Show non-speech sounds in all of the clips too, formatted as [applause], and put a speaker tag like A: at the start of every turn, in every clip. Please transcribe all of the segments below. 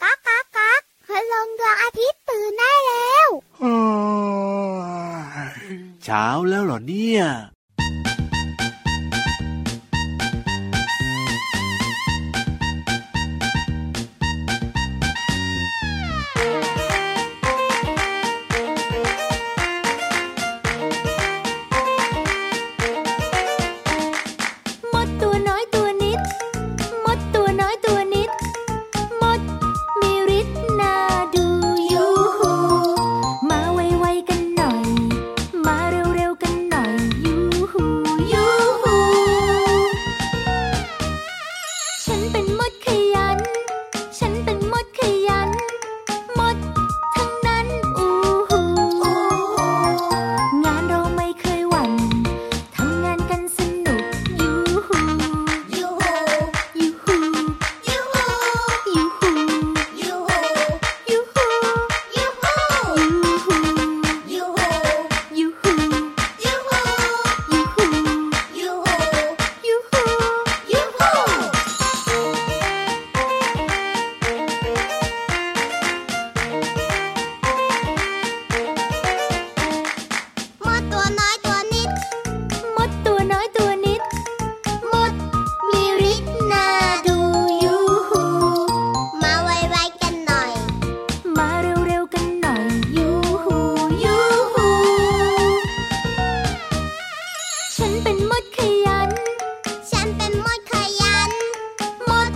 A: ก๊ากก๊ากก๊ากพลังดวงอาทิตย์ตื่นได้แล้ว
B: เฮ้ยเช้าแล้วเหรอเนี่ย
C: มดตัวน้อยตัวนิด มดตัวน้อยตัวนิด มดมีฤทธิ์น่าดูยูหูมาไวๆกันหน่อย มาเร็วๆกันหน่อยยูหูยูหูฉันเป็นมดขยัน ฉันเป็นมดขยัน มดทั้งนั้นอูหูงานเราไม่เคยหวั่น ทำงานกันสนุกยูฮูยูฮูยูฮูยูฮูยูฮูยูฮูยูฮูยูฮูยูฮูยูฮูยูฮูยูฮูยูฮูยูฮูยูฮูยูฮู
A: มดตัวน้อยตัวนิด
C: มดตัวน้อยตัวนิด มดมีฤทธิ์น่าดูยูฮู
A: มาไวๆกันหน่อย
C: มาเร็วๆกันหน่อยยูฮูยูฮู ฉันเป็นมดขยัน
A: ฉันเป็นมดขยัน
C: มด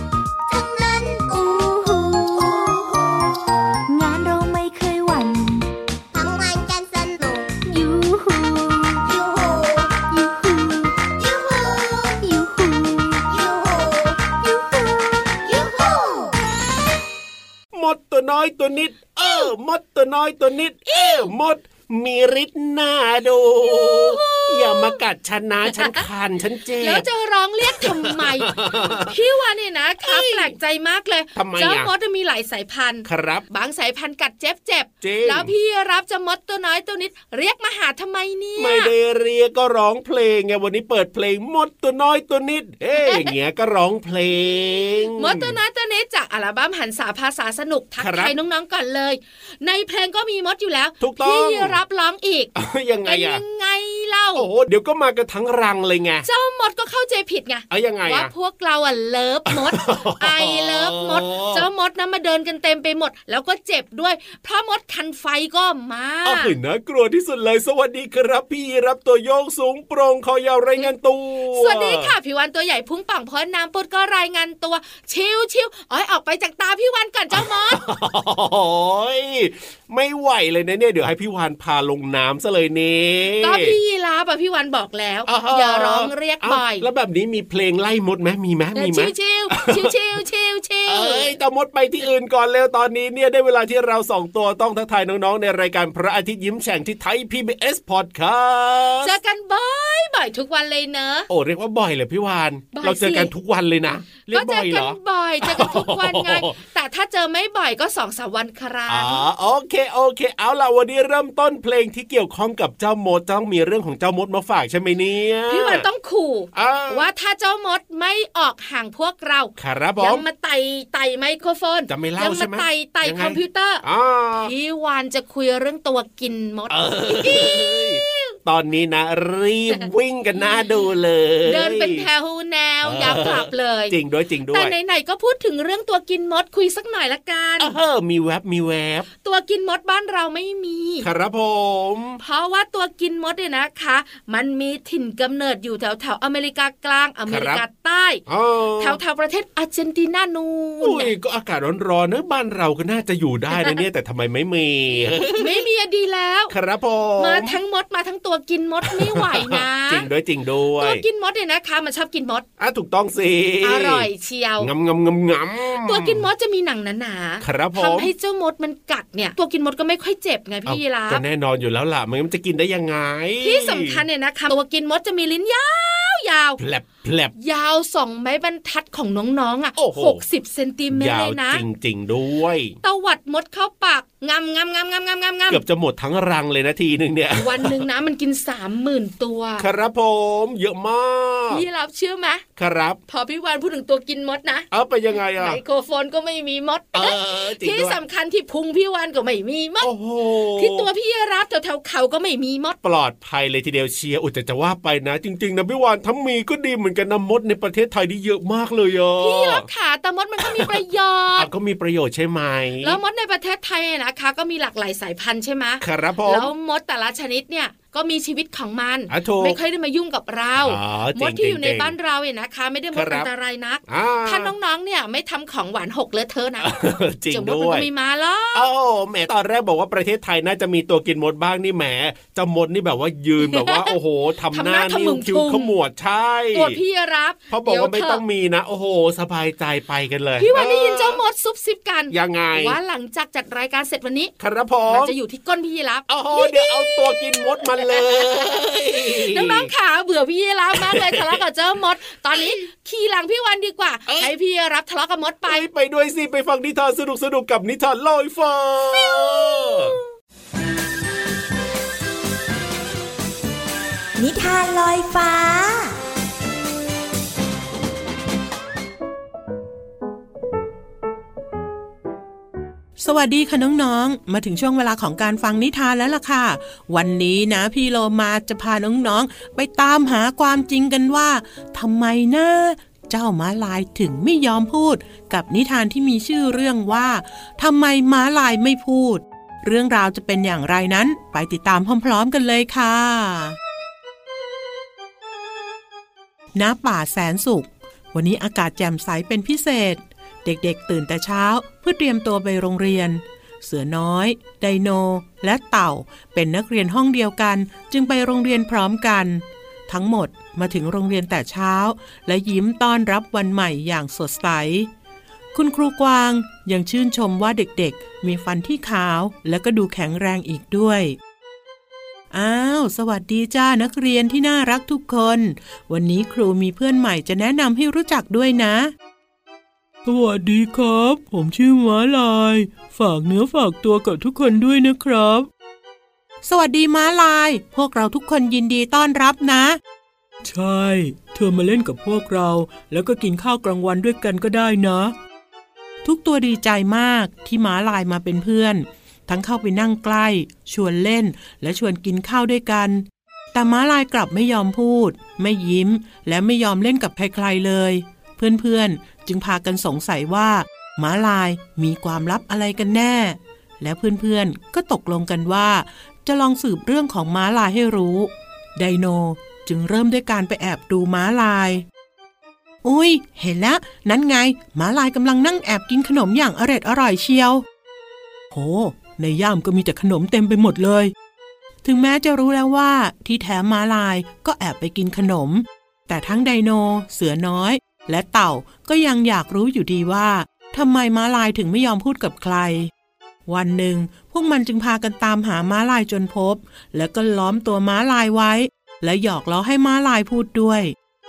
C: ทั้งนั้นอู้หูงานเราไม่เคยหวั่น
A: ทำงานกันสนุก
C: ยูหู
A: ยูหู
C: ยูหู
A: ยูหูยูหู
C: ยูหูยูหู
A: ยูหู
B: มดตัวน้อยตัวนิด เออ มดตัวน้อยตัวนิด เออมด มีฤทธิ์น่าดู อย่ามากัดฉันนะฉันคันฉันเจ็
D: แล้ว
B: บ
D: จะร้องเรียกทำไม พี่วันเนี่ยนะคะแปลกใจมากเลย
B: ทำไมอะ
D: เจ้ามดมีหลายสายพันธุ์
B: ครับ
D: บางสายพันธุ์กัดเจ็บเจ็บๆ
B: จริง
D: แล้วพี่รับจะมดตัวน้อยตัวนิด เรียกมาหาทำไมเนี่ย
B: ไม่ได้เรียกก็ร้องเพลงไงวันนี้เปิดเพลงมดตัวน้อยตัวนิด เอ้ยอย่างเงี้ยก็ร้องเพลง
D: มดตัวน้อยตัวนิดจากอัลบั้มหันษาภาษาสนุกทัก
B: ครับ
D: ทายน้องๆก่อนเลย ในเพลงก็มีมดอยู่แล้ว
B: ถูกต้อง
D: พี่รับร้องอีก
B: เอ้ยยังไง
D: เป็น
B: อะ
D: ยังไงเล่า
B: โอ้โหเดี๋ยวก็มากันทั้งรังเลยไง
D: เจ้ามดก็เข้าใจผิดไง
B: เอายังไง
D: ว่า
B: อะ
D: พวกเราอ่ะเลิฟม
B: [laughs]
D: ด ไอเลิฟมด เจ้ามดนะมาเดินกันเต็มไปหมด แล้วก็เจ็บด้วย เพราะมดคันไฟก็มา
B: โอ้ยน่ากลัวที่สุดเลย สวัสดีครับ พี่รับตัวโยงสูงโปร่งคอยาวรายงานตัว
D: สวัสดีค่ะพี่วันตัวใหญ่พุงป่องพ้นน้ำปุดก็รายงานตัว ชิวชิวอ้อยออกไปจากตาพี่วันก่อนเจ้ามด
B: โอ้ยไม่ไหวเลยนะเนี่ยเดี๋ยวให้พี่วานพาลงน้ำซะเลยนี่
D: ก็พี่ยีราฟอะพี่วันบอกแล้ว อย่าร้องเรียก
B: า
D: บ่อย
B: แล้วแบบนี้มีเพลงไล่มดไหมมีไหม
D: เดิ
B: มี
D: น
B: ไหม
D: ชิวชิวชิวชิวชิวชิว
B: เอ้ยตามดไปที่อื่นก่อนเร็วตอนนี้เนี่ยได้เวลาที่เราสองตัวต้องทักทายน้องๆในรายการพระอาทิตย์ยิ้มแฉ่งที่ไทย PBS Podcast
D: เจอกันบ่อยบ่อยๆทุกวันเลยเนอะ
B: โอ้เรียกว่าบ่อยเลยพี่วาน
D: บ่อย
B: เราเจอกัน
D: สิ
B: ทุกวันเลยนะเรีย
D: ก็
B: ก
D: เจ
B: บ่
D: อ
B: อย
D: กั
B: เหร
D: น
B: อ
D: บ่อยเจอกันทุกวัน
B: [laughs]
D: ไง แต่ถ้าเจอไม่บ่อยก็สองสามวันครั้ง
B: อ๋อโอเคโอเค เอาล่ะวันนี้เริ่มต้นเพลงที่เกี่ยวข้องกับเจ้ามดต้องมีเรื่องของเจ้ามดมาฝากใช่ไหมเนี่ย
D: พี่วันต้องขู่
B: อ่
D: ว่าถ้าเจ้ามดไม่ออกห่างพวกเรา
B: ครับผ
D: ยั
B: ม
D: มาไต่ไต่ไมโครโฟน
B: จะไม่เล่า
D: ยั
B: ใช่
D: มา
B: ไหม
D: ไต่ไต่
B: ยังไง
D: คอมพิวเตอร์ [laughs]
B: อ่า
D: พี่วานจะคุยเรื่องตัวกินมด
B: เอ้ยตอนนี้นะ รีบวิ่งกันหน้าดูเลย
D: เดินเป็นแถวแนว
B: เออย
D: าวกลับเลย
B: จริงด้วยจริงด้
D: แต่
B: วย
D: ไหนๆก็พูดถึงเรื่องตัวกินมดคุยสักหน่อยละกัน
B: เออมีแว็บมีแว็บ
D: ตัวกินมดบ้านเราไม่มี
B: ครับผม
D: เพราะว่าตัวกินมดเนี่ยนะคะ มันมีถิ่นกำเนิดอยู่แถวแถวๆอเมริกากลางอเมริกาใต้
B: เออ
D: แถวแถวๆประเทศอาร์เจนตินานูน
B: อุ้
D: น่ะ
B: ยก็อากาศร้อนๆนะบ้านเราก็น่าจะอยู่ได้นะเนี่ย แต่ทำไมไม่มี
D: [laughs] ไม่มีอะดีแล้ว
B: ครับผม
D: มาทั้งมดมาทั้งตัวกินมดไม่ไหวนะ
B: [laughs] จริงด้วยจริงด้ว
D: ตั
B: ยว
D: กินมดเนี่ยนะคะ มันชอบกินมด
B: อ่ะถูกต้องสิ
D: อร่อยเชียว
B: งำงำงำงำ
D: ตัวกินมดจะมีหนังหนา
B: ครับผ
D: ๆ
B: ม
D: ทำให้เจ้ามดมันกัดเนี่ย ตัวกินมดก็ไม่ค่อยเจ็บไงพี่ยีรา
B: ก็
D: ฟ
B: แน่นอนอยู่แล้วล่ะไมงันจะกินได้ยังไง
D: ที่สำคัญเนี่ยนะคะตัวกินมดจะมีลิ้นยาว ยาว
B: แผลบแผลบ
D: ยาวสองไม้บรรทัดของน้องๆอ่ะ
B: โอ้โห
D: หกสิบเซนติเมตร
B: ยา
D: เล
B: วย
D: นะ
B: จริงๆด้วย
D: ตวัดมดเข้าปากงำงำงำงำงำงำง
B: เกือบจะหมดทั้งรังเลยนะทีหนึ่งเนี่ย
D: ำวันหนึ่งนะมันกินสามหมื่นตัว
B: ครับผมเยอะมาก
D: พี่รับเชื่อไหม
B: ครับ
D: พอพี่วานพูดถึงตัวกินมดนะ
B: เอาไปยังไงอ่ะ
D: ไมโครโฟนก็ไม่มีมด
B: เออจริง
D: ที่
B: ด้วย
D: สำคัญที่พุงพี่วานก็ไม่มีมด
B: โอ้โห
D: ที่ตัวพี่รับแถวๆเขาก็ไม่มีมด
B: ปลอดภัยเลยทีเดียวเชียร์อุยแต่จะว่าไปนะ จริง ๆนะพี่วานทั้งมีก็ดีเหมือนกันนะมดในประเทศไทยนี่เยอะมากเลยอ่ะ
D: พี่รับขาแต่มดมันก็มีประโย
B: อ
D: ช
B: ่ะ
D: น์
B: ก็มีประโยชน์ใช่ไหม
D: แล้วมดในประเทศไทยเนี่ยนะคะ ก็มีหลากหลายสายพันธุ์ใช่ไหม
B: ครับผม
D: แล้วมดแต่ละชนิดเนี่ยก็มีชีวิตของมัน
B: อ่ะถูก
D: ไม่ค่อยได้มายุ่งกับเรา
B: อ๋อจริง
D: มดที่อยู่ใน
B: จริง
D: บ้านเราเนี่ยนะคะ ไม่ได้มด
B: ครั
D: อั
B: บ
D: นตรายนัก
B: อ่า
D: ถ้าน้องๆเนี่ยไม่ทำของหวานหกเลอะเทอะนะ
B: จริง
D: เจ้ามด
B: ด้
D: มัน
B: วย
D: ก็ไม่มาหรอก
B: โอ้าแหมตอนแรกบอกว่าประเทศไทยน่าจะมีตัวกินมดบ้างนี่แหมเจะมดนี่แบบว่ายืนแบบว่า โอ้โหทำ
D: ทำ
B: ห
D: หน้า
B: น้า
D: ทะมึ
B: นิ้ว
D: ง
B: คิ้ว
D: พุง
B: ขมวดใช่
D: ตัวพี่รับ
B: เพราะบอกว่า
D: เดี๋ย
B: ไม่
D: เถะ
B: ต้องมีนะ โอ้โห สบายใจไปกันเลย
D: พี่วันได้ยินเจ้า
B: ออ
D: มดซุบซิบกัน
B: ยังไง
D: ว่าหลังจากจัดรายการเสร็จวันนี้
B: ครับผ
D: มัน
B: ม
D: จะอยู่ที่ก้นพี่รับ
B: โอ้โหเดี๋ยวเอาตัวกินมดมาเลย
D: น้องๆขาเบื่อพี่ยีรับมากเลย ทะเลาะกับเจ้ามด ตอนนี้ขี่หลังพี่วันดีกว่า ให้พี่ยีรับทะเลาะกับมดไป
B: ไปไปด้วยสิ ไปฟังนิทานสนุกสนุกๆกับนิทานลอยฟ้า
E: นิทานลอยฟ้า
F: สวัสดีค่ะน้องๆ มาถึงช่วงเวลาของการฟังนิทานแล้วล่ะค่ะ วันนี้นะพี่โลมาจะพาน้องๆ ไปตามหาความจริงกันว่าทำไมนะเจ้าม้าลายถึงไม่ยอมพูด กับนิทานที่มีชื่อเรื่องว่าทำไมม้าลายไม่พูด เรื่องราวจะเป็นอย่างไรนั้น ไปติดตามพร้อมๆกันเลยค่ะ ณป่าแสนสุข วันนี้อากาศแจ่มใสเป็นพิเศษ เด็กๆ ตื่นแต่เช้าเพื่อเตรียมตัวไปโรงเรียน เสือน้อย ไดโน และเต่า เป็นนักเรียนห้องเดียวกัน จึงไปโรงเรียนพร้อมกัน ทั้งหมดมาถึงโรงเรียนแต่เช้า และยิ้มต้อนรับวันใหม่อย่างสดใส คุณครูกวางยังชื่นชมว่าเด็กๆ มีฟันที่ขาวและก็ดูแข็งแรงอีกด้วย อ้าว สวัสดีจ้านักเรียนที่น่ารักทุกคน วันนี้ครูมีเพื่อนใหม่จะแนะนำให้รู้จักด้วยนะ สวัสดีครับ ผมชื่อม้าลาย ฝากเนื้อฝากตัวกับทุกคนด้วยนะครับ สวัสดีม้าลาย พวกเราทุกคนยินดีต้อนรับนะ ใช่ เธอมาเล่นกับพวกเรา แล้วก็กินข้าวกลางวันด้วยกันก็ได้นะ ทุกตัวดีใจมากที่ม้าลายมาเป็นเพื่อน ทั้งเข้าไปนั่งใกล้ ชวนเล่น และชวนกินข้าวด้วยกัน แต่ม้าลายกลับไม่ยอมพูด ไม่ยิ้ม และไม่ยอมเล่นกับใครๆเลย เพื่อนๆ จึงพากันสงสัยว่าม้าลายมีความลับอะไรกันแน่ และเพื่อนๆ ก็ตกลงกันว่า จะลองสืบเรื่องของม้าลายให้รู้ ไดโนจึงเริ่มด้วยการไปแอบดูม้าลาย อุ้ย เห็นแล้ว นั่นไงม้าลายกำลังนั่งแอบกินขนมอย่างอร็ดอร่อยเชียว โห ในย่ามก็มีแต่ขนมเต็มไปหมดเลย ถึงแม้จะรู้แล้วว่าที่แท้ม้าลายก็แอบไปกินขนม แต่ทั้งไดโน เสือน้อย และเต่าก็ยังอยากรู้อยู่ดีว่าทำไมม้าลายถึงไม่ยอมพูดกับใคร วันหนึ่ง พวกมันจึงพากันตามหาม้าลายจนพบ แล้วก็ล้อมตัวม้าลายไว้ และหยอกล้อให้ม้าลายพูดด้วย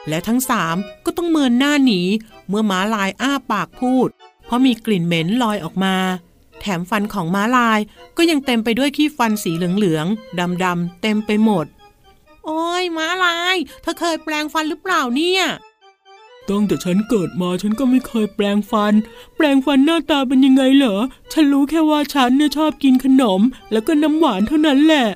F: และทั้งสามก็ต้องเมินหน้าหนีเมื่อม้าลายอ้าปากพูด เพราะมีกลิ่นเหม็นลอยออกมา แถมฟันของม้าลายก็ยังเต็มไปด้วยขี้ฟันสีเหลืองๆดำๆเต็มไปหมด โอ้ยม้าลายเธอเคยแปลงฟันหรือเปล่าเนี่ย
G: ตั้งแต่ฉันเกิดมาฉันก็ไม่เคยแปลงฟัน แปลงฟันหน้าตาเป็นยังไงเหรอ ฉันรู้แค่ว่าฉันเนี่ยชอบกินขนม แล้วก็น้ำหวานเท่านั้นแหละ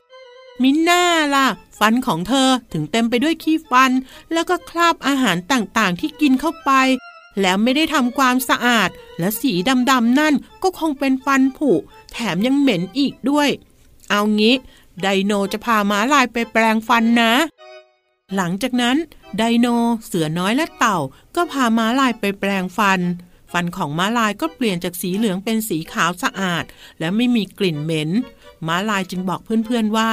F: มิน่าล่ะ ฟันของเธอถึงเต็มไปด้วยขี้ฟัน แล้วก็คราบอาหารต่างๆ ที่กินเข้าไป แล้วไม่ได้ทำความสะอาด และสีดำๆนั่นก็คงเป็นฟันผุ แถมยังเหม็นอีกด้วย เอางี้ ไดโนจะพาม้าลายไปแปลงฟันนะ หลังจากนั้น ไดโน เสือน้อยและเต่า ก็พาม้าลายไปแปลงฟัน ฟันของม้าลายก็เปลี่ยนจากสีเหลืองเป็นสีขาวสะอาด และไม่มีกลิ่นเหม็น ม้าลายจึงบอกเพื่อนๆว่า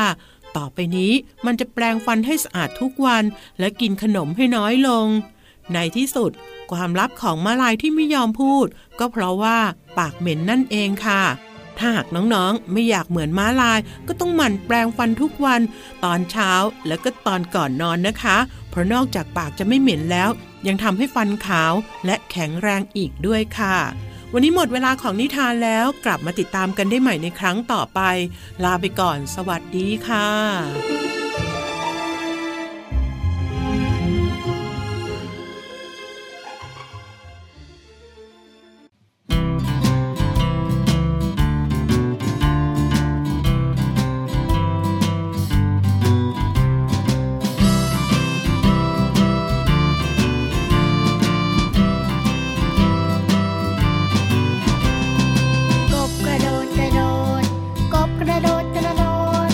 F: ต่อไปนี้มันจะแปลงฟันให้สะอาดทุกวัน และกินขนมให้น้อยลง ในที่สุด ความลับของม้าลายที่ไม่ยอมพูด ก็เพราะว่าปากเหม็นนั่นเองค่ะ ถ้าหากน้องๆ ไม่อยากเหมือนม้าลาย ก็ต้องหมั่นแปรงฟันทุกวัน ตอนเช้าและก็ตอนก่อนนอนนะคะ เพราะนอกจากปากจะไม่เหม็นแล้ว ยังทำให้ฟันขาวและแข็งแรงอีกด้วยค่ะ วันนี้หมดเวลาของนิทานแล้วกลับมาติดตามกันได้ใหม่ในครั้งต่อไป ลาไปก่อน สวัสดีค่ะ
A: กบกระโดดกระโดด กบกระโดดกระโดด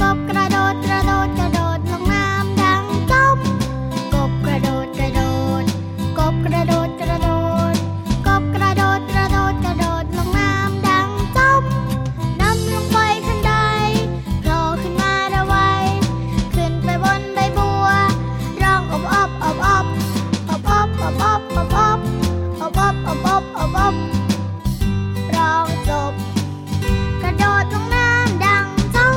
A: กบกระโดดกระโดดกระโดดลงน้ำดังจมกบกระโดดกระโดด กบกระโดดกระโดด กบกระโดดกระโดดกระโดดลงน้ำดังจมดำลงไปทันใดโผล่ขึ้นมาระไวขึ้นไปบนใบบัว ร้องอบอบอบอบอบอบอบอบอบอบอบอบอบอบอบอบ รองจบ กระโดดลงน้ำดังเจ้า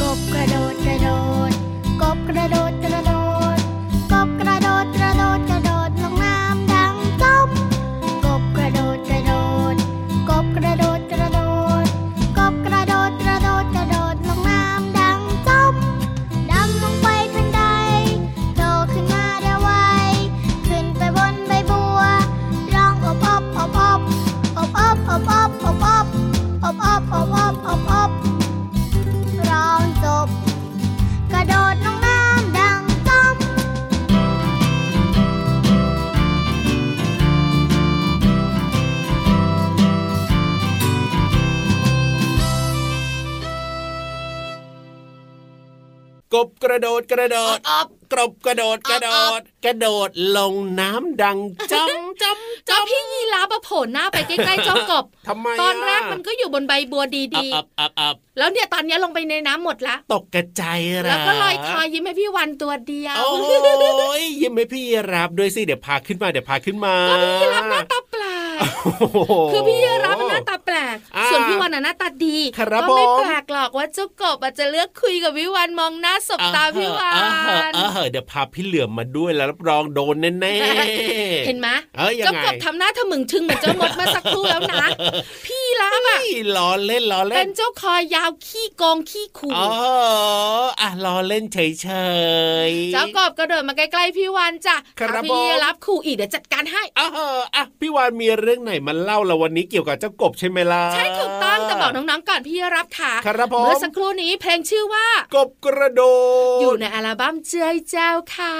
A: กบกระโดดกระโดด กบกระโดดกระโดด กบกระโดดกระโดดกระโดดลงน้ำดังจมกบกระโดดกระโดด กบกระโดดกระโดด กบกระโดดกระโดดกระโดดลงน้ำดังจมดำลงไปทันใดโผล่ขึ้นมาได้ไวขึ้นไปบนใบบัว ร้องอบอบอบอบอบอบอบอบอบอบอบอบอบอบอบอบ ร้องจบ กระโดดลงน้ำดังจ้อม
B: กบกระโดดกระโดดกบกระโดดกระโดด กระโดดลงน้ำดังจ้ำจ้ำ
D: เจ้าพี่ยีราฟอะโผล่หน้าไปใกล้ๆเจ้ากบ
B: ทำไมะ
D: ตอนแรกมันก็อยู่บนใบบัวดี
B: อับอับอับ
D: ๆ แล้วเนี่ยตอนเนี้ยลงไปในน้ำหมดละ
B: ตกกระจายเหร
D: แล้วก็ลอยคอยิ้มให้พี่วันตัวเดียว
B: โอ้ยยิ้มให้พี่รับด้วยสิเดี๋ยวพาขึ้นมาเดี๋ยวพาขึ้นมา
D: ก็พี่ยีรับหน้าตาแปลก
B: โอ้โห
D: คือพี่ยีรับหน้าตาแปลก
B: อ่า
D: ส่วนพี่วันน่ะหน้าตาดี
B: ครับ
D: ก็ไม่
B: ผม
D: แปลกหรอกว่าเจ้ากบอาจจะเลือกคุยกับพี่วันมองหน้าสบตาพี่วั
B: อ่าฮะ
D: น
B: อ่าฮะเดี๋ยวพาพี่เหลือมมาด้วยแล้วรับรองโดนแน่ๆ
D: เห็นไหม
B: เอ้ยยัง
D: เจ้า
B: ไง
D: กบทำหน้าทะมึงทึงเหมือนเจ้ามดเมื่อสักครู่แล้วนะ พี่ยีรับอะ
B: เฮ้ยล้อเล่นล้อ
D: เป็
B: เล่น
D: นเจ้าคอยาวขี้โกงขี้ขู่
B: อ๋ออ่ะล้อเล่นเฉยๆ
D: เจ้ากบกระโดดมาใกล้ๆพี่วันจ้ะ
B: ครับ
D: เอาพี่ยี
B: ผม
D: รับขู่อีกเดี๋ยวจัดการให้
B: อ่าฮะอ่ะพี่วานมีเรื่องไหนมาเล่าเราวันนี้เกี่ยวกับเจ้ากบใช่ไหมล่ะ
D: ใช่ถูกต้องแต่บอกน้องๆก่อนพี่รับค่ะ
B: ครับผม
D: เมื่อสักครู่นี้เพลงชื่อว่า
B: กบกระโดด
D: อยู่ในอัลบั้มเจ้ยเจ้าค่ะ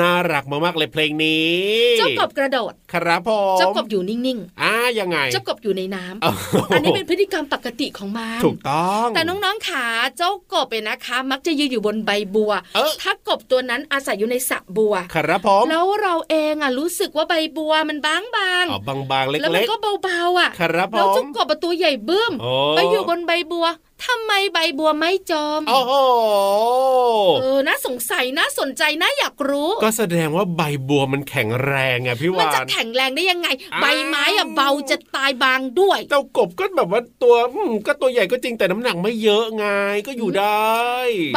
B: น่ารักมากๆเลยเพลงนี้
D: เจ้ากบกระโดด
B: ครับผม
D: เจ้ากบอยู่นิ่ง
B: อ่ายังไง
D: ๆ เจ้ากบอยู่ในน้ำ
B: โอ้โห
D: อันนี้เป็นพฤติกรรมปกติของมัน
B: ถูกต้อง
D: แต่น้องๆขาเจ้ากบเนี่ยนะคะ มักจะยืนอยู่บนใบบัว
B: เอ้อ
D: ถ้ากบตัวนั้นอาศัยอยู่ในสระบัว
B: ครับผม
D: แล้วเราเองอ่ะรู้สึกว่าใบบัวมันบาง
B: อ๋อบางๆ เล็
D: ๆ
B: กๆ
D: แล้วมันก็เบาๆอ่ะ
B: ครับผม
D: แล้วเจ้ากบอะตัวใหญ่บึ้ม
B: โอ้
D: ไปอยู่บนใบบัวทำไมใบบัวไม่จม
B: โอ้โห
D: เออ น่าสงสัย น่าสนใจ น่าอยากรู้
B: ก็แสดงว่าใบบัวมันแข็งแรงอะพี่
D: มัน
B: วา
D: จะ
B: น
D: แข็งแรงได้ยังไง
B: อ้าว
D: ใบไม้อะเบาจะตายบางด้วย
B: เจ้ากบก็แบบว่าตัวอืมก็ตัวใหญ่ก็จริงแต่น้ำหนักไม่เยอะไงก็อยู่ได้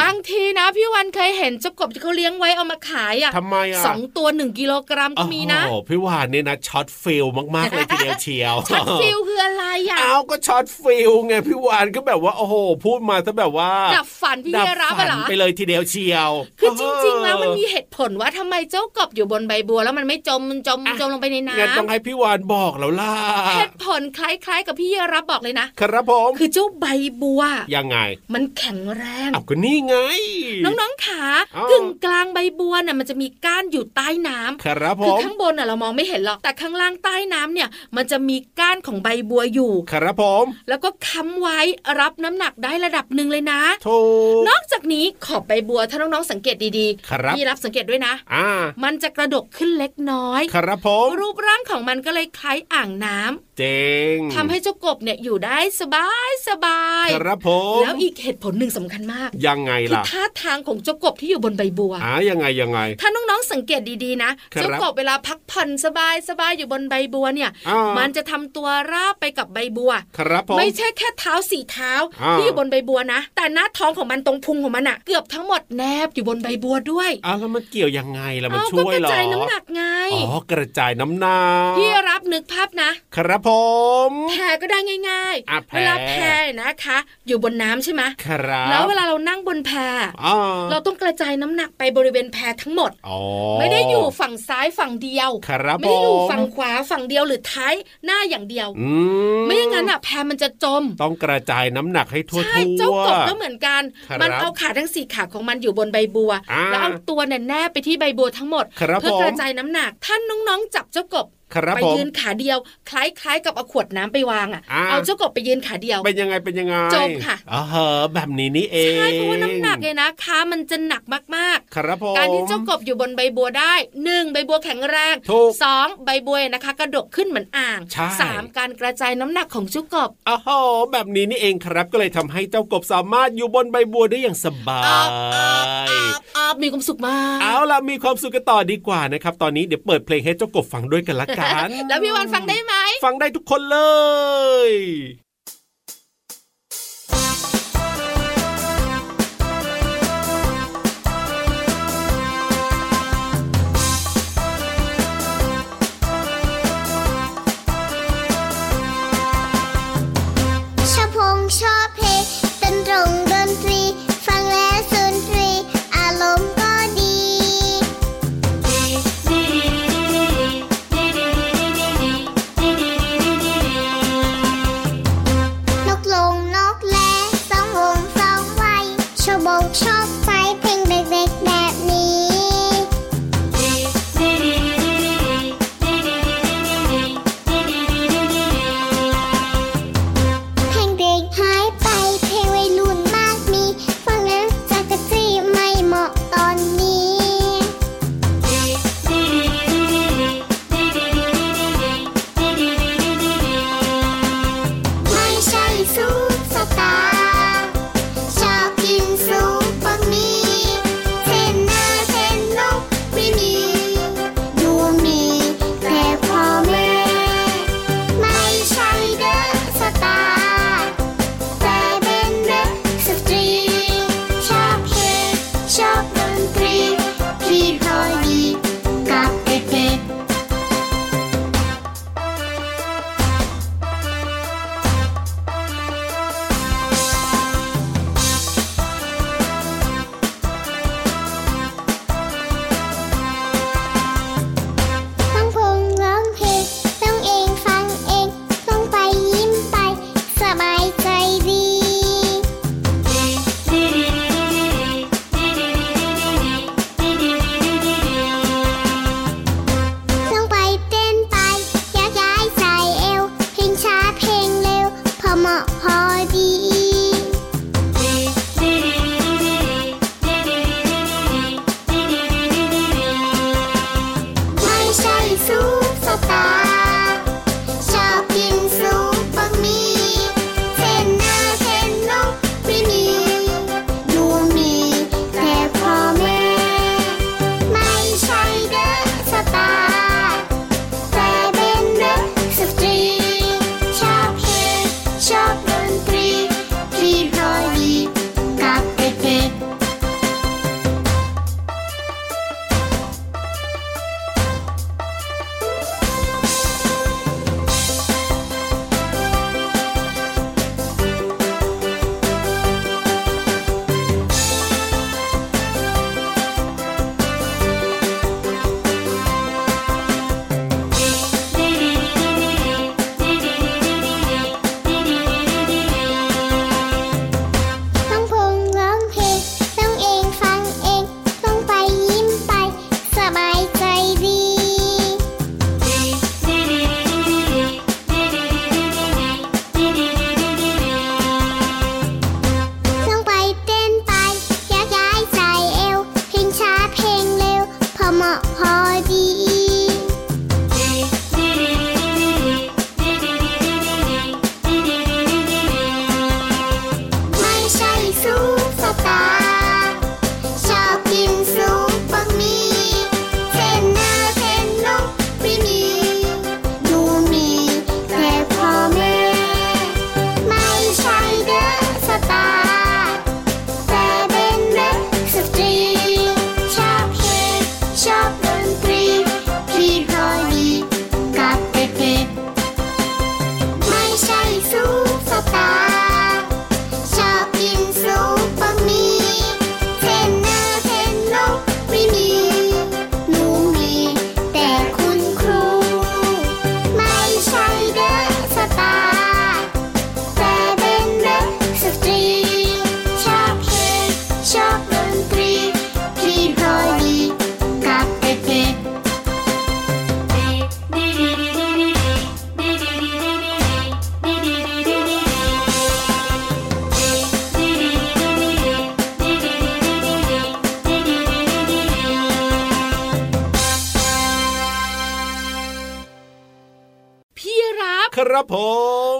D: บางทีนะพี่วันเคยเห็นเจ้ากบที่เขาเลี้ยงไว้เอามาขายอ่ะ
B: ทำไมอะ
D: สองตัวหนึ่งกิโลกรัมก็มีนะ
B: โอ้โหพี่วานเนี่ยนะช็อตฟิลมากๆเลยทีเดียวเชียว
D: ช็อตฟิลคืออะไรอ่ะ
B: เอาก็ช็อตฟิลไงพี่วานก็แบบว่าโอ้โห พูดมาซะแบบว่า
D: ดับฝันพี่
B: ดับ
D: รับ
B: ฝั
D: อะเหรอ
B: ไปเลยทีเดียวเชียว
D: คือจริง ๆ แล้วมันมีเหตุผลว่าทำไมเจ้ากบอยู่บนใบบัว แล้วมันไม่จมมันจมมันจมลงไปในน้
B: งั้นต้องให้พี่วานบอกแล้วล่ะ
D: ำเหตุผลคล้าย ๆ กับพี่รับบอกเลยนะครับ
B: ผม
D: คือเจ้าใบบัว
B: ยังไง
D: มันแข็งแรง
B: เอาก็นี่ไง
D: น้องๆ ขา
B: เอ้า
D: กึ่งกลางใบบัวน่ะมันจะมีก้านอยู่ใต้น้ำ
B: ครับผ
D: คือ
B: ม
D: ข้างบนน่ะเรามองไม่เห็นหรอก แต่ข้างล่างใต้น้ำเนี่ย มันจะมีก้านของใบบัวอยู่
B: ครับผม
D: แล้วก็ค้ำไว้รับน้ำ หนักได้ระดับหนึ่งเลยนะ
B: โถู
D: น
B: ก
D: อกจากนี้ขอบใบบัวถ้าน้องๆสังเกตดี
B: ครับ
D: พี่รับสังเกตด้วยนะ
B: อ่า
D: มันจะกระดกขึ้นเล็กน้อย
B: ครับผม
D: รูปร่างของมันก็เลยคล้ายอ่างน้ำ
B: เจ๋ง
D: ทำให้เจ้ากบเนี่ยอยู่ได้สบายสบาย
B: ครับผม
D: แล้วอีกเหตุผลหนึ่งสำคัญมาก
B: ยังไง
D: คือ
B: ล่ะ
D: ท่าทางของเจ้ากบที่อยู่บนใบบัว
B: อ่ายังไงยังไง
D: ถ้าน้องๆสังเกตดีๆนะครับเจ้ากบเวลาพักผ่อนสบายสบายๆอยู่บนใบบัวเนี่ย
B: อ่ามั
D: มันจะทำตัวราบไปกับใบบัว
B: ครับผม
D: ไม่ใช่แค่เท้าสี่เท้า
B: อ่า
D: ที่อยู่บนใบบัวนะ แต่หน้าท้องของมันตรงพุงของมันอะเกือบทั้งหมดแนบอยู่บนใบบัวด้วย
B: อ้าวแล้วมันเกี่ยวยังไงล่ะมัน
D: เอ้า
B: ช่
D: ก็
B: วย
D: กระ
B: เหรอ
D: จายน้ำหนักไง
B: อ๋อกระจายน้ำหนัก
D: พี่รับนึกภาพนะ
B: ครับผม
D: แผ่ก็ได้ง่าย
B: อ่ะแผ่
D: เวลาแผ่เนี่ยนะคะ อยู่บนน้ำใช่ไหม
B: ครับ
D: แล้วเวลาเรานั่งบนแพ
B: อ่า
D: เราต้องกระจายน้ำหนักไปบริเวณแพทั้งหมด
B: อ๋อ
D: ไม่ได้อยู่ฝั่งซ้ายฝั่งเดียว
B: ครับ
D: ไม่ได้อยู่
B: ผม
D: ฝั่งขวาฝั่งเดียวหรือท้ายหน้าอย่างเดียว
B: อืม
D: ไม่อย่างนั้นอ่ะแพมันจะจม
B: ต้องกระจายน้ำหนักให้ทั่ว
D: ใช่
B: ทั่ว
D: เจ้ากบก็เหมือนกัน
B: ครับ
D: มันเอาขาทั้งสี่ขาของมันอยู่บนใบบัว
B: อ่า
D: แล้วเอาตัวเนี่ยแนบไปที่ใบบัวทั้งหมด
B: ครับ
D: เพื่อ
B: ผม
D: กระจายน้ำหนัก ท่านน้องๆจับเจ้ากบ
B: ครับ
D: ไป
B: ผม
D: ยืนขาเดียว คล้ายๆ กับเอาขวดน้ำไปวางอ่ะ
B: อ่า
D: เอาเจ้ากบไปยืนขาเดียว
B: เป็นยังไงเป็นยังไง
D: จมค่ะ
B: อ๋อเหรอแบบนี้นี่เอง
D: ใช่เพราะว่าน้ำหนักเนี่ยนะคะมันจะหนักมากๆ
B: ครับผม
D: การที่เจ้ากบอยู่บนใบบัวได้หนึ่งใบบัวแข็งแรง
B: ถูก
D: สองใบบัวนะคะกระดกขึ้นเหมือนอ่าง
B: ใช่
D: สามการกระจายน้ำหนักของเจ้ากบ
B: อ๋อโหแบบนี้นี่เองครับ ก็เลยทำให้เจ้ากบสามารถอยู่บนใบบัวได้อย่างสบา
D: อาบอาบ
B: ย
D: อาบอาบมีความสุขมาก
B: เอาล่ะมีความสุขกันต่อดีกว่านะครับ ตอนนี้เดี๋ยวเปิดเพลงให้เจ้ากบฟังด้วยกันละกัน
D: แล้วพี่วันฟังได้ไหม
B: ฟังได้ทุกคนเลย
H: ชอบพงชอบเพลงดนตรงดนตรี ฟังแล้วสนตรี อารมณ์ก็ดี นกลงนกแลสองวงสองไวยชอบบงชอบไฟเพลงเด็กๆแบบนี้ เพลงเด็กหายไปเพลงวัยรุ่นมากมี ฟังแล้วจักรจี้ไม่เหมาะตอนนี้ ไม่ใช่ซุปสตาร์ชอบกินซุปบะหมี่เทรนเนอร์เทรนนกไม่มี ดูมีแต่พ่อแม่ ไม่ใช่เดอะสตาร์แต่เป็นเดอะสตรี ชอบเพลงชอบดนตรีพี่พอดีกับเด็กๆ ต้องพงร้องเพลงต้องเองฟังเอง ต้องไปยิ้มไป สบายใจดี ต้องไปเต้นไปยักย้ายใส่เอว เพลงช้าเพลงเร็ว พอเหมาะพอดี ไม่ใช่ซุปสตาร์ชอบกินซุปบะหมี่เส้นหน้าเส้นนกไม่มีดูมีแต่พ่อแม่ ไม่ใช่เดอะสตาร์แต่เป็นเดอะสตรีชอบเพลงชอบดนตรีที่พอดีกับเด็กๆ
I: เ
B: ครับผ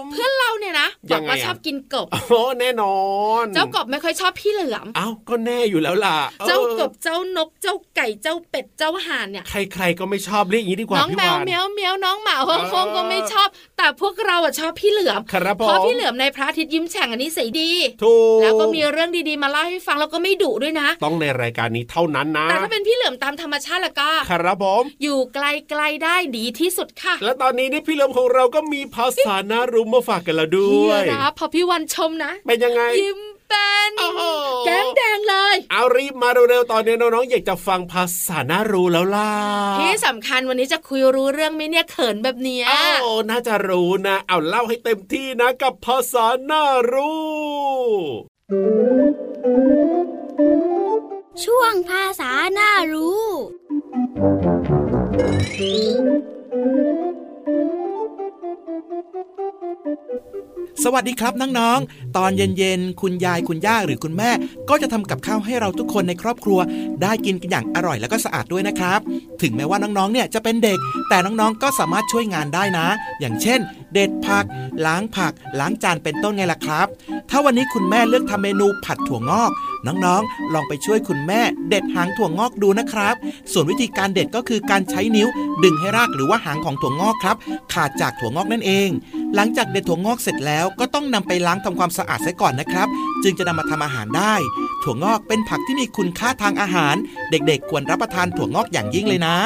B: ม
D: เพื่อนเราเนี่ยนะ
B: ยั
D: บอง ก
B: ไง
D: ว่า
B: อะ
D: ชอบกินกบ
B: โอ้แน่นอน
D: เจ้ากบไม่ค่อยชอบพี่เหลือม
B: อ้าวก็แน่อยู่แล้วล่ะออ
D: เจ้ากบเจ้านกเจ้าไก่เจ้าเป็ดเจ้าห่านเนี่ย
B: ใครๆก็ไม่ชอบเรียกอย่างนี้ดีกว่า
D: น้อง
B: พี่
D: แมว
B: วาน
D: เมียวเมียวน้องหมาฮ่อง
B: เออ
D: คงก็ไม่ชอบ แต่พวกเราอะชอบพี่เหลือม
B: ครับผม
D: เพราะพี่เหลือมในพระอาทิตย์ยิ้มแฉ่งอันนี้ใส่ดี
B: ถูก
D: แล้วก็มีเรื่องดีๆมาเล่าให้ฟังแล้วก็ไม่ดุด้วยนะ
B: ต้องในรายการนี้เท่านั้นนะ
D: แต่ถ้าเป็นพี่เหลือมตามธรรมชาติแล้วก็
B: ครับผม
D: อยู่ไกลๆได้ดีที่สุดค่ะ
B: และตอนนี้นี่พี่เหลิมของเราก็มีภาษาน่ารู้มาฝากกันแล้วด้วย
D: พี่รับพอพี่วันชมนะ
B: เป็นยังไง
D: ยิ้มเป็น
B: โอ้โห
D: แก้มแดงเลย
B: เอารีบมาเร็วๆตอนนี้น้องๆอยากจะฟังภาษาน่ารู้แล้วล่ะ
D: ที่สำคัญวันนี้จะคุยรู้เรื่องไหมเนี่ยเขินแบบเนี้ย
B: เอ้าน่าจะรู้นะ เอาเล่าให้เต็มที่นะกับภาษาน่ารู้
A: ช่วงภาษาน่ารู้
J: สวัสดีครับน้องๆ ตอนเย็นๆ คุณยายคุณย่าหรือคุณแม่ ก็จะทำกับข้าวให้เราทุกคนในครอบครัว ได้กินกันอย่างอร่อยแล้วก็สะอาดด้วยนะครับ ถึงแม้ว่าน้องๆ เนี่ยจะเป็นเด็ก แต่น้องๆ ก็สามารถช่วยงานได้นะ อย่างเช่น เด็ดผัก ล้างผัก ล้างจานเป็นต้นไงล่ะครับ ถ้าวันนี้คุณแม่เลือกทำเมนูผัดถั่วงอก น้องๆ ลองไปช่วยคุณแม่ เด็ดหางถั่วงอกดูนะครับ ส่วนวิธีการเด็ดก็คือการใช้นิ้ว ดึงให้รากหรือว่าหางของถั่วงอกครับ ขาดจากถั่วงอกนั่นเอง หลังจากเด็ดถั่วงอกเสร็จแล้วก็ต้องนำไปล้างทำความสะอาดซะก่อนนะครับ จึงจะนำมาทำอาหารได้ ถั่วงอกเป็นผักที่มีคุณค่าทางอาหาร เด็กๆ ควรรับประทานถั่วงอกอย่างยิ่งเลยนะ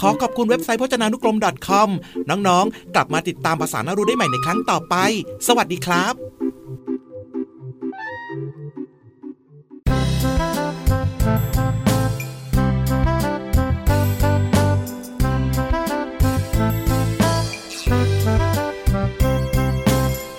J: ขอขอบคุณเว็บไซต์พจนานุกรม .com น้องๆ กลับมาติดตามภาษานารู้ได้ใหม่ในครั้งต่อไป สวัสดีครับ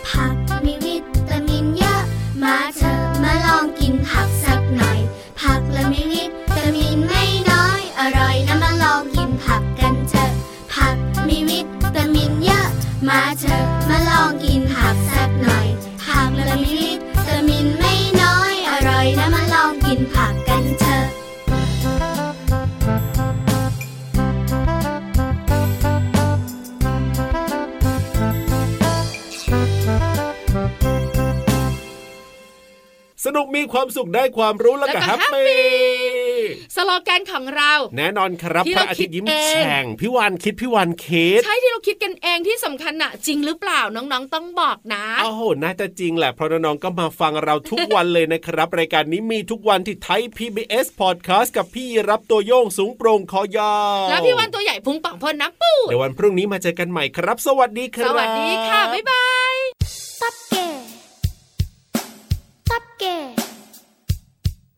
C: ผักมีวิตามินเยอะ มาเถอะมาลองกินผักสักหน่อย ผักและมีวิตามินไม่น้อย อร่อยนะมาลองกินผักกันเถอะ ผักมีวิตามินเยอะ มาเถอะมาลองกินผักสักหน่อย ผักและมีวิตามินไม่น้อย อร่อยนะมาลองกินผักกันเถอะ
B: สนุกมีความสุขได้ความรู้แล้วก็
D: แล้วก็
B: แฮปปี้
D: happy สโลแกนของเรา
B: แน่นอนครับ
D: ที่
B: พ
D: เรา
B: ระอาทิตย์ยิ้ม
D: คิดเอง
B: แฉ่งพี่วานคิดพี่วานคิด
D: ใช่ที่เราคิดกันเองที่สำคัญน่ะ จริงหรือเปล่าน้องๆต้องบอกนะ
B: โอ้โหน่าจะจริงแหละเพราะน้องๆก็มาฟังเราทุกวันเลยนะครับ รายการนี้มีทุกวันที่ไทย PBS Podcast กับพี่รับตัวโยงสูงโปร่งคอยาว
D: แล้วพี่วันตัวใหญ่พุงป่องพนน้ำปูด
B: เดี๋ยววันพรุ่งนี้มาเจอกันใหม่ครับ สวัสดีค
D: ส
B: รับ
D: วัสดีค่ะ บ๊ายบาย
A: ตับแก่ตับแก่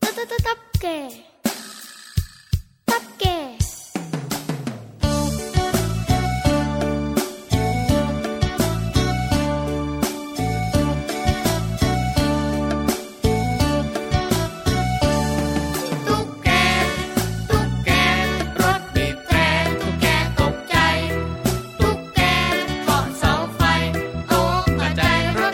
A: ตับตับตับตับแก่ตับแก่
C: ตุ๊กแก ตุ๊กแก รถบีบแตรตุ๊กแกตกใจ ตุ๊กแกเกาะเสาไฟ โอ้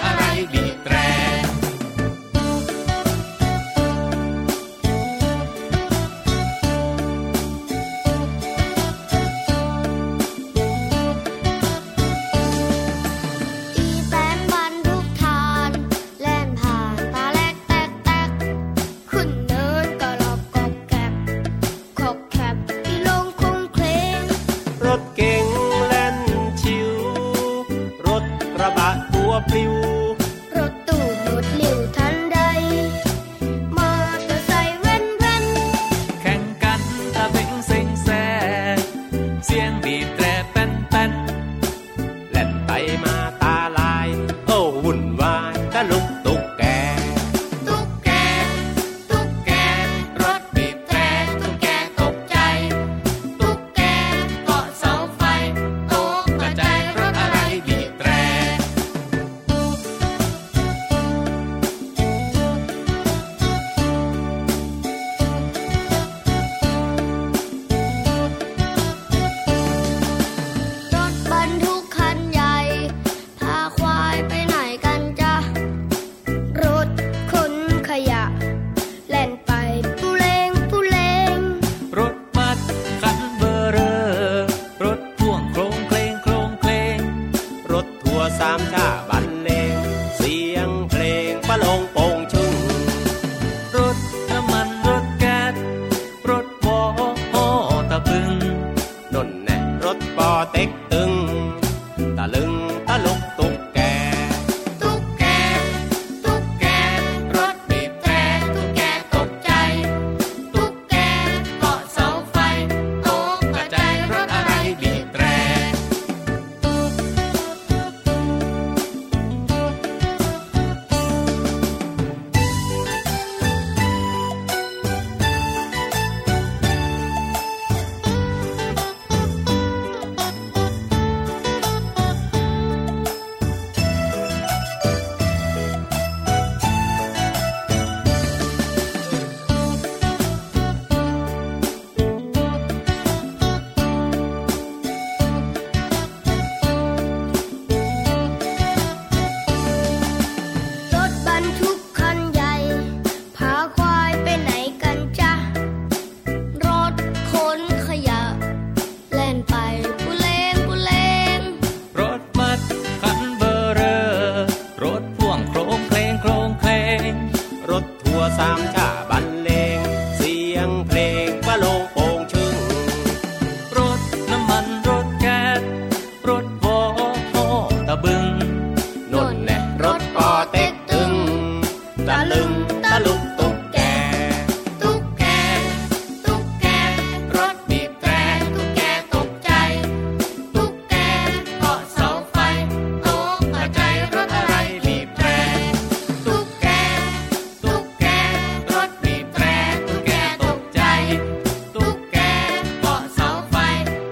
K: ามชาบันเลงเสียงเพลงประโลงโปงชุ่งรถน้ำมันรถแก๊สรถวอฮอตะบึงนนแน่รถปอเต็กตึง ตะลึงตะลกตุกแก
L: ตุ๊กแก ตุ๊กแก รถบีบแตรตุ๊กแกตกใจ ตุ๊กแกเกาะเสาไฟตกกระจายรถอะไรบีบแตร รถบรรทุกคันใหญ่ พาควายไปไหนกันจ๊ะ รถขนขยะ แล่นไปปุเลงปุเลง
K: รถมัดคันเบอร์เรอ รถพ่วงโครงเพลงโครงเพลง รถทัวร์สามชาบันเลง เสียงเพลงประโลงโปงชึงรถน้ำมันรถแก๊สรถวอฮอตะบึงนนแหละรถปอเต็กตึง ตะลึงตะลุกตุกแก
L: ตุ๊กแก ตุ๊กแก รถบีบแตรตุ๊กแกตกใจ ตุ๊กแกเกาะเสาไฟตกกระจายรถอะไรบีบแตร ตุ๊กแก ตุ๊กแก รถบีบแตรตุ๊กแกตกใจ ตุ๊กแกเกาะเสาไฟ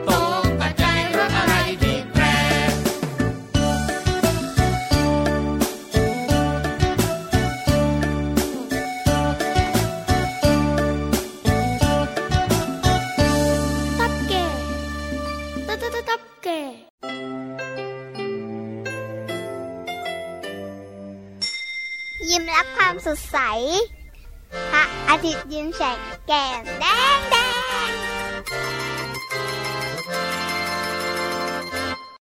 L: ตกกระจายรถอะไรบีบแตร ตับแก่ตับตับตับแก่ยิ้มรับความสดใส พระอาทิตย์ยิ้มแฉกแก้มแดงแด